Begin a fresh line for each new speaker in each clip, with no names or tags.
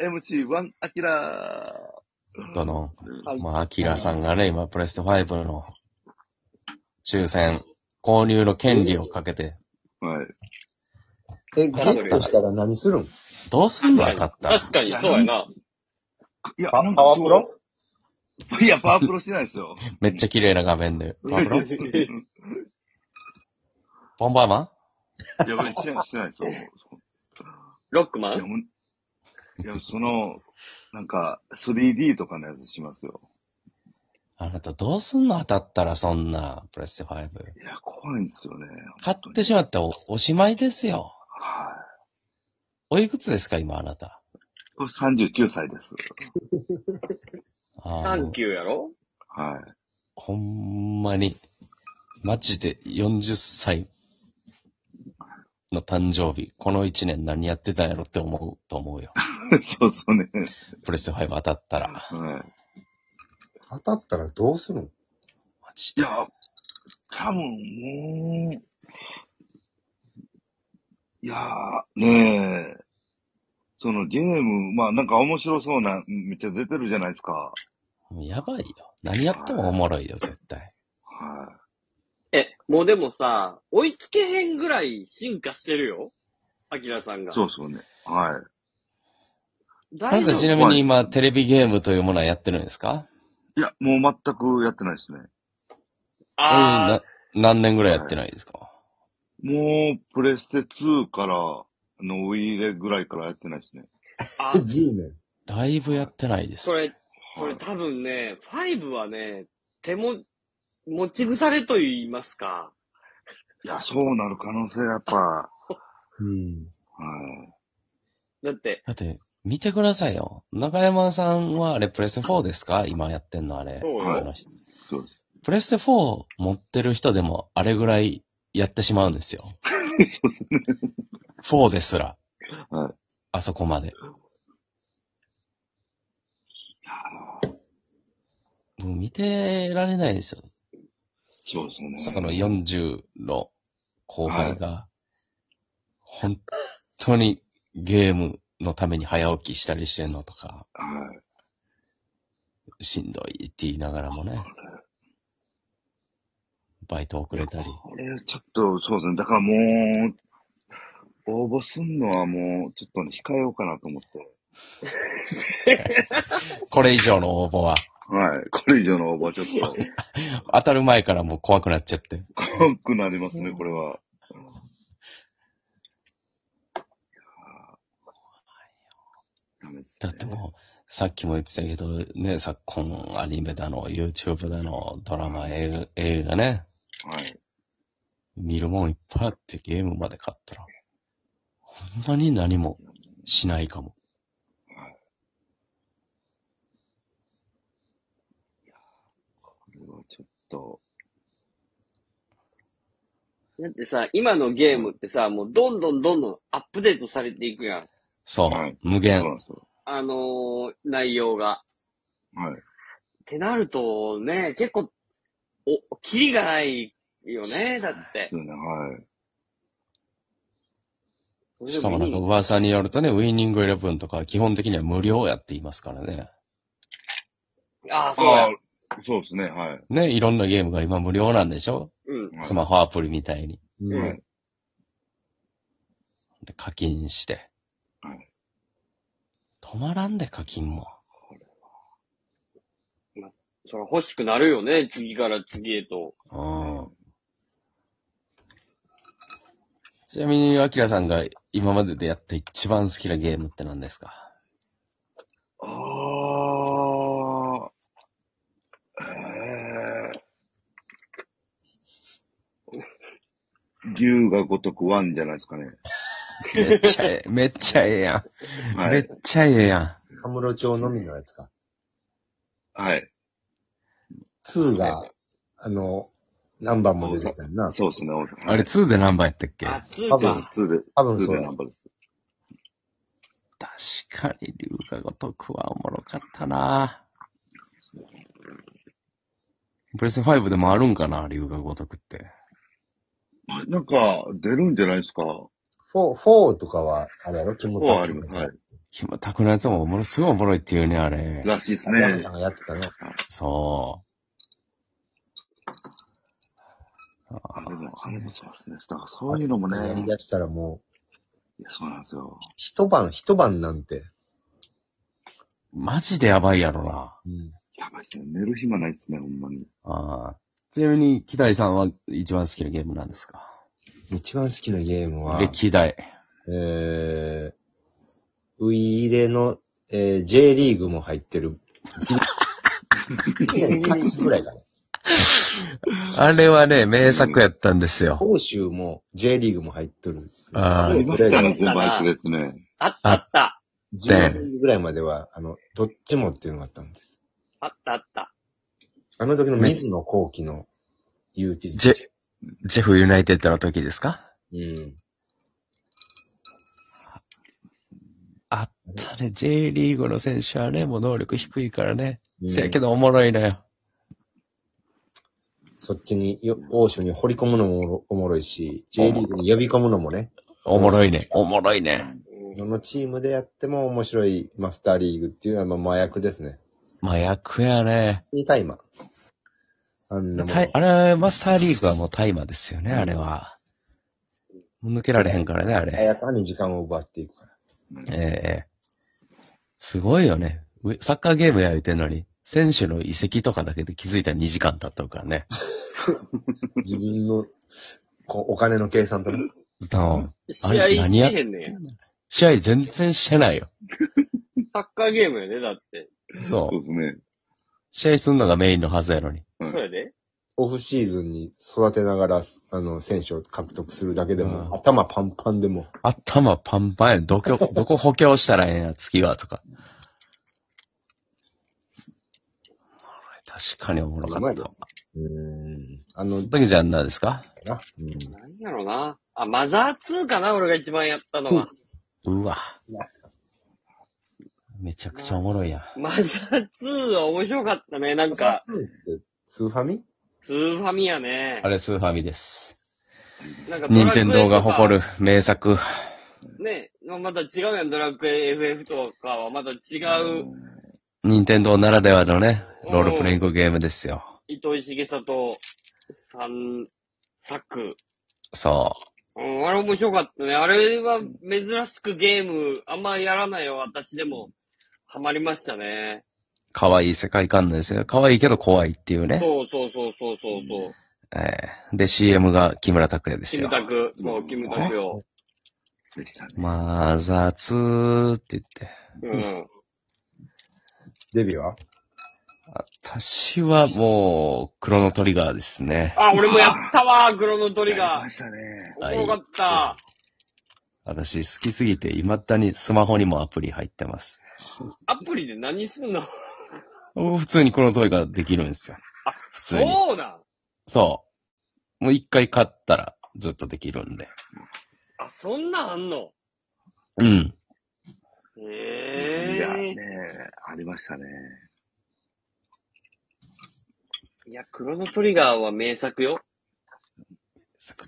4MC1 アキラ
どの、
はい
まあ、アキラさんがね、今、プレステ5の抽選、購入の権利をかけて、
ー。はい。
え、ゲットしたら何するん
どうすんのかったら
確かに、そうやな。
いや、
パ
なん
パ
か
ワー
そう
プロ
いや、パワープロしてないですよ。
めっちゃ綺麗な画面で。パワプ ロ
い
ボンバーマン
や、俺してない、してないですよ。
ロックマ
いや、
ン
ほんいやその、なんか、3D とかのやつしますよ。
あなたどうすんの当たったらそんな、プレステ5。
いや、怖いんですよね。
買ってしまったらおおしまいですよ。
は
おいくつですか、今あなた。
い。これ39歳です。
あ
サ
ーも
ン
う
キューやろ
はい。
ほんまに、マジで40歳の誕生日、この1年何やってたんやろって思うと思うよ。
そうそうね。
プレステ5当たったら。
はい。
当たったらどうするん
マジ
い
で。
や、多分もう、いやー、ねえ、そのゲーム、まあなんか面白そうな、めっちゃ出てるじゃないですか。
もうやばいよ。何やってもおもろいよ、絶対。
は
え、もうでもさ、追いつけへんぐらい進化してるよ。アキラさん
い。
が。。
そううそうね。は
な
大
ん
丈
か
夫
ちなみに今、テレビゲームというものはやってるんですか
い。いや、もう全くやってないですね。
あ
うんな何年ぐらいやってないですか
もう、プレステ2から、の、ウィーレぐらいからやってないですね。
ーあ、
?10 年。
だいぶやってないです
そ。れ、そ
は
れ
い。
多分ね、5はね、手も、持ち腐れと言いますか。
いや、そうなる可能性やっぱ、は
うん。
い。
だって、
だって、見てくださいよ。中山さんはあれ、プレステ4ですか今やってんのあれ。
そうよ
あの人
そう です。
プレステ4持ってる人でもあれぐらいやってしまうんですよ。
そうですね。
4ですら。
はい
あそこまで。もう見てられないですよ。
そうですよね。
そこの40の後輩が、本当にゲームのために早起きしたりしてんのとか、
はい。
しんどいって言いながらもね、バイト遅れたり。
これ、ちょっと、そうですね。だからもう、応募すんのはもう、ちょっとね、控えようかなと思って。
これ以上の応募は、
はい。これ以上の応募はちょっと、
当たる前からもう怖くなっちゃって。
怖くなりますね、これは。ダメですね
だってもう、さっきも言ってたけど、ね、昨今アニメだの、YouTube だの、ドラマ、映画映画ね、
はい。
見るもんいっぱいあってゲームまで買ったら、ほんまに何もしないかも。
これはちょっと、
だってさ、今のゲームってさ、もうどんどんどんどんアップデートされていくやん。
そう、
はい
無
そうな
限。
んですよ。
あのー内容が。
はい。
ってなるとね、結構、お、キリがないよね、だって
そ。うね、はい。
しかもなんか噂によるとね、ウィニングイレブンとかは基本的には無料やって言いますからね。
ああ、そうや
あ。ーそうですね、はい。
ね、いろんなゲームが今無料なんでしょ
うん。
はい
スマホアプリみたいに。
う。
うんん。
で課金して
はい。
止まらんで課金も。
それ欲しくなるよね、次から次へと。
うんちなみに、アキラさんが今まででやった一番好きなゲームって何ですか
ああ、ええ竜が如くワンじゃないですかね。
めっちゃええ、めっちゃええやん。
は
めっ
い。
ちゃええや
カムロ町のみのやつか。
はい。
2が、あの、何番も出てたよな。
そうですね、大阪
ん。あれ、2で何番やったっけ
あ
確、
つ
多
ー
分
か。
ツーで、
多分
ツー
そう
で
や
ナンバーです。
かに、龍が如くはおもろかったなプレステ5でもあるんかな龍が如くって。
あなんか、出るんじゃないですか。
4、4とかは、あれやろキムタク
はあります。はい。
キムタクのやつもおもろ、すごいおもろいっていうね、あれ。
らしいです
山
ね
さ。んがやってたね。
そ
あれも、あれもそうですね。だからそういうのもね、
やり
いや
出したらもう、
そうなんですよ。
一晩、一晩なんて。
う。マジでやばいやろな。
うん。
やばいですね。寝る暇ないですね、ほんまに。
ああ。ちなみに、キダイさんは一番好きなゲームなんですか
一番好きなゲームは、
歴代。
えー、ウイイレの、えー、J リーグも入って る。2008ぐらいかな。
あれはね、名作やったんですよ。
欧州も J リーグも入ってる。
あ
あ
ー
りましたね、
これ
全部あいつですね。
あったあった。
10年ぐらいまでは、あの、どっちもっていうのがあったんです。
あったあった。
あの時の水野幸喜のユーティリティ。
ジジェフユナイテッドの時ですか
うん。
あったね、J リーグの選手はね、もう能力低いからね。
うん
せやけどおもろいのよ。
そっちによ、欧州に掘り込むのもおもおもろいし、J リーグに呼び込むのもね、
おもろいね。おもろいね。
どのチームでやっても面白いマスターリーグっていうのは、まあ、麻薬ですね。
麻薬やね。
に大麻。あんなも
たい
ん。
あれ、マスターリーグはもう大麻ですよね、あれは。抜けられへんからね、あれ。
早かに時間を奪っていくから。
ええすごいよね。ウェサッカーゲームや言うてんのに、選手の移籍とかだけで気づいたら2時間経っとるからね。
自分の、こう、お金の計算とね。
うん
試合しへんねんや。
試合全然してないよ。
サッカーゲームやで、だって。
そ
そう
う。
ですね。
試合すんのがメインのはずやのに。
そうやで。
オフシーズンに育てながら、あの、選手を獲得するだけでも、
うん
頭パンパンでも、
頭パンパンやん。どこ、 どこ補強したらええんや、次は、とか。確かにおもろか
うま
っ
い
た
よ。うん、あの、
時じゃんなんですか
な、うん、
なんやろな。あ、マザー2かな、俺が一番やったのは。
うわ。めちゃくちゃおもろいやん。
マザー2は面白かったね。なんか、
スーって、スーファミ
スーファミやね
あ。れ、スーファミです。
なんかド
任
ラクエ
天
とか
堂が誇る名作。
ね、まあまた違うやん、ドラクエ FF とかはまた違う、
任天堂ならではのね、ロールプレイングゲームですよ。
糸井重里さん作。
そ
うん、あれ面白かったね。あれは珍しくゲーム、あんまやらないよ、私でも。ハマりましたね。
う。可愛い世界観なんですよ。可愛いけど怖いっていうね。
そうそうそうそうそうそう。
ええで、CM が木村拓哉で
キ
す
ム
よ。
タク、そう、キムタクよ。
でしたね。
まあ、ザーツーって言って。
うん。
デビューは
私はもう、クロノトリガーですね。
あ、俺もやったわ、グロのトリ
やり
ガ
ま
ー。
したね。
はい
面白かった。
私好きすぎて、未だにスマホにもアプリ入ってます。
アプリで何すんの
普通にクロノトリガーできるんですよ。
あ
普通に。
そうなん
そう。もう一回買ったらずっとできるんで。
あ、そんなんあんの
うん。
い
へ
や、ね。
え
ありましたね。
いや、クロノトリガーは名作よ。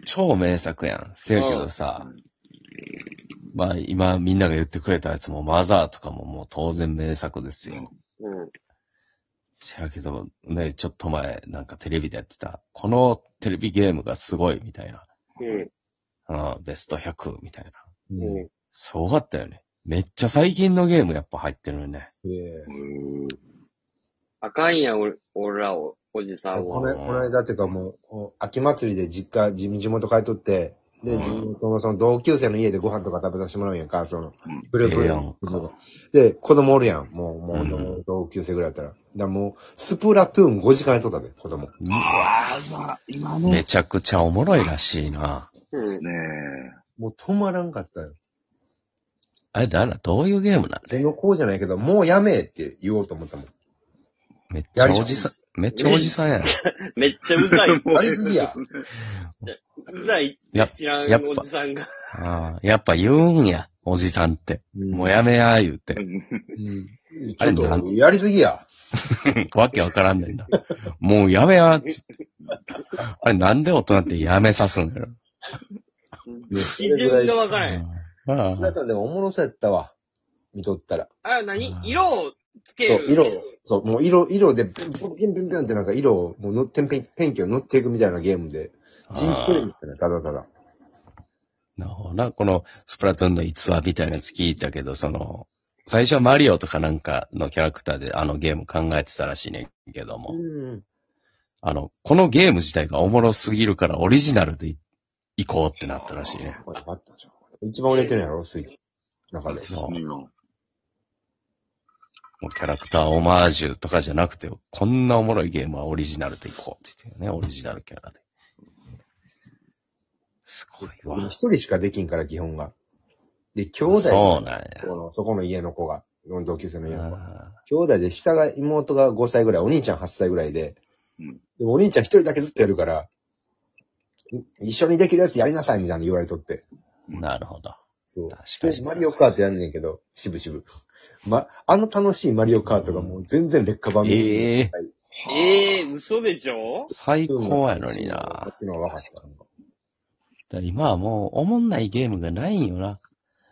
超名作やん。せやけどさ、まあ今みんなが言ってくれたやつもマザーとかももう当然名作ですよ。
うん。
せやけどね、ちょっと前なんかテレビでやってた、このテレビゲームがすごいみたいな。う
う
ん、ベスト100みたいな。
ん。うん。
すごかったよね。めっちゃ最近のゲームやっぱ入ってるよね。
ええ
うん。
あかんやん、俺俺らお、おじさん
こ
は。
のこの間っていうかもう、お秋祭りで実家、地地元帰っとって、で、
うん
地元のその同級生の家でご飯とか食べさせてもらうんやんか、そ
う
の
ん、
ブルブ
ええ
ル
やんか。
で、子供おるやん、もう、もう、
うん
同級生ぐらいやったら。だからもう、スプラトゥーン5時間やっとったで、子供。
うわ
ああ、まあ、今の
め
ね
ちゃくちゃおもろいらしいな。
うん。
もう止まらんかったよ。
あれだな、どういうゲームな
俺の子じゃないけど、もうやめえって言おうと思ったもん。
のめっちゃおじさん、めっちゃおじさんやん。
めっちゃうざ
も
い。
う
やりすぎ や。
うざいって
や
知ら
やっ
ん
ぱ
おじさんが。
ああ、やっぱ言うんや、おじさんって。もうやめや、言うて。
うん。
あれ
ちょ
な
っ
ん
と、やりすぎや。
わけわからんねんな。もうやめや、つってあれなんで大人ってやめさすんやろ。
基準がわ
あ
からへん。
あ
皆さんでもおもろそうやったわ。見とったら。
あれは何色をつけ
そう
る。、
色を、そう、もう色、色で、ピンピンピンピンピンってなんか色を、もう塗ってん、ペンペンキを塗っていくみたいなゲームで、人気トレーニングだね、ただただ。
なるほどな。この、スプラトゥーンの逸話みたいなやつ聞いたけど、その、最初はマリオとかなんかのキャラクターであのゲーム考えてたらしいねんけども、
うん。
あの、このゲーム自体がおもろすぎるからオリジナルでい行こうってなったらしいね。
これあったじゃん。一番売れてるやろ、スイッチ。中で。
そう
いいよ
もうキャラクターオマージュとかじゃなくて、こんなおもろいゲームはオリジナルで行こうって言ってね、オリジナルキャラで。すごいわ。
一人しかできんから、基本が。で、兄弟
そうなんや。
このそこの家の子が、同級生の家の子が。
あ
兄弟で下が、妹が5歳ぐらい、お兄ちゃん8歳ぐらいで、
うん
でお兄ちゃん一人だけずっとやるから、い一緒にできるやつやりなさいみたいなの言われとって。
ーなるほど。
そう。
確か
で
に。
マリオカートやんねんけど、しぶしぶ。ま、あの楽しいマリオカートがもう全然劣化版
ええ
ええー、嘘でしょ
最高やのにな。
っていうのは分かった。
だから今はもう、おもんないゲームがないんよな。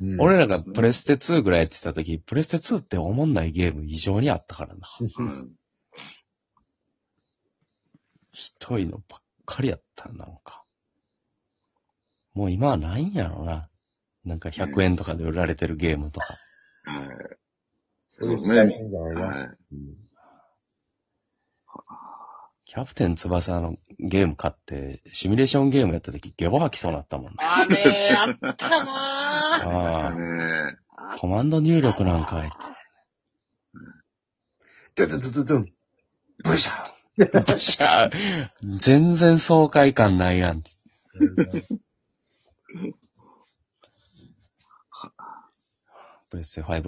うん
俺らがプレステ2ぐらいやってた時、プレステ2っておもんないゲーム異常にあったからな。
うん
ひどいのばっかりやった、なんか。もう今はないんやろな。なんか100円とかで売られてるゲームとか。
はい
そういう世代線じゃないな。
はい
うん
キャプテン翼のゲーム買って、シミュレーションゲームやった時、ゲボ吐きそうなったもんな。
あれ、あったなぁ。
ありましたね。
コマンド入力なんか 入って。
ドゥドゥドゥドゥドゥン。ブシャ
しゃあ全然爽快感ないやん。
ー
プレステ5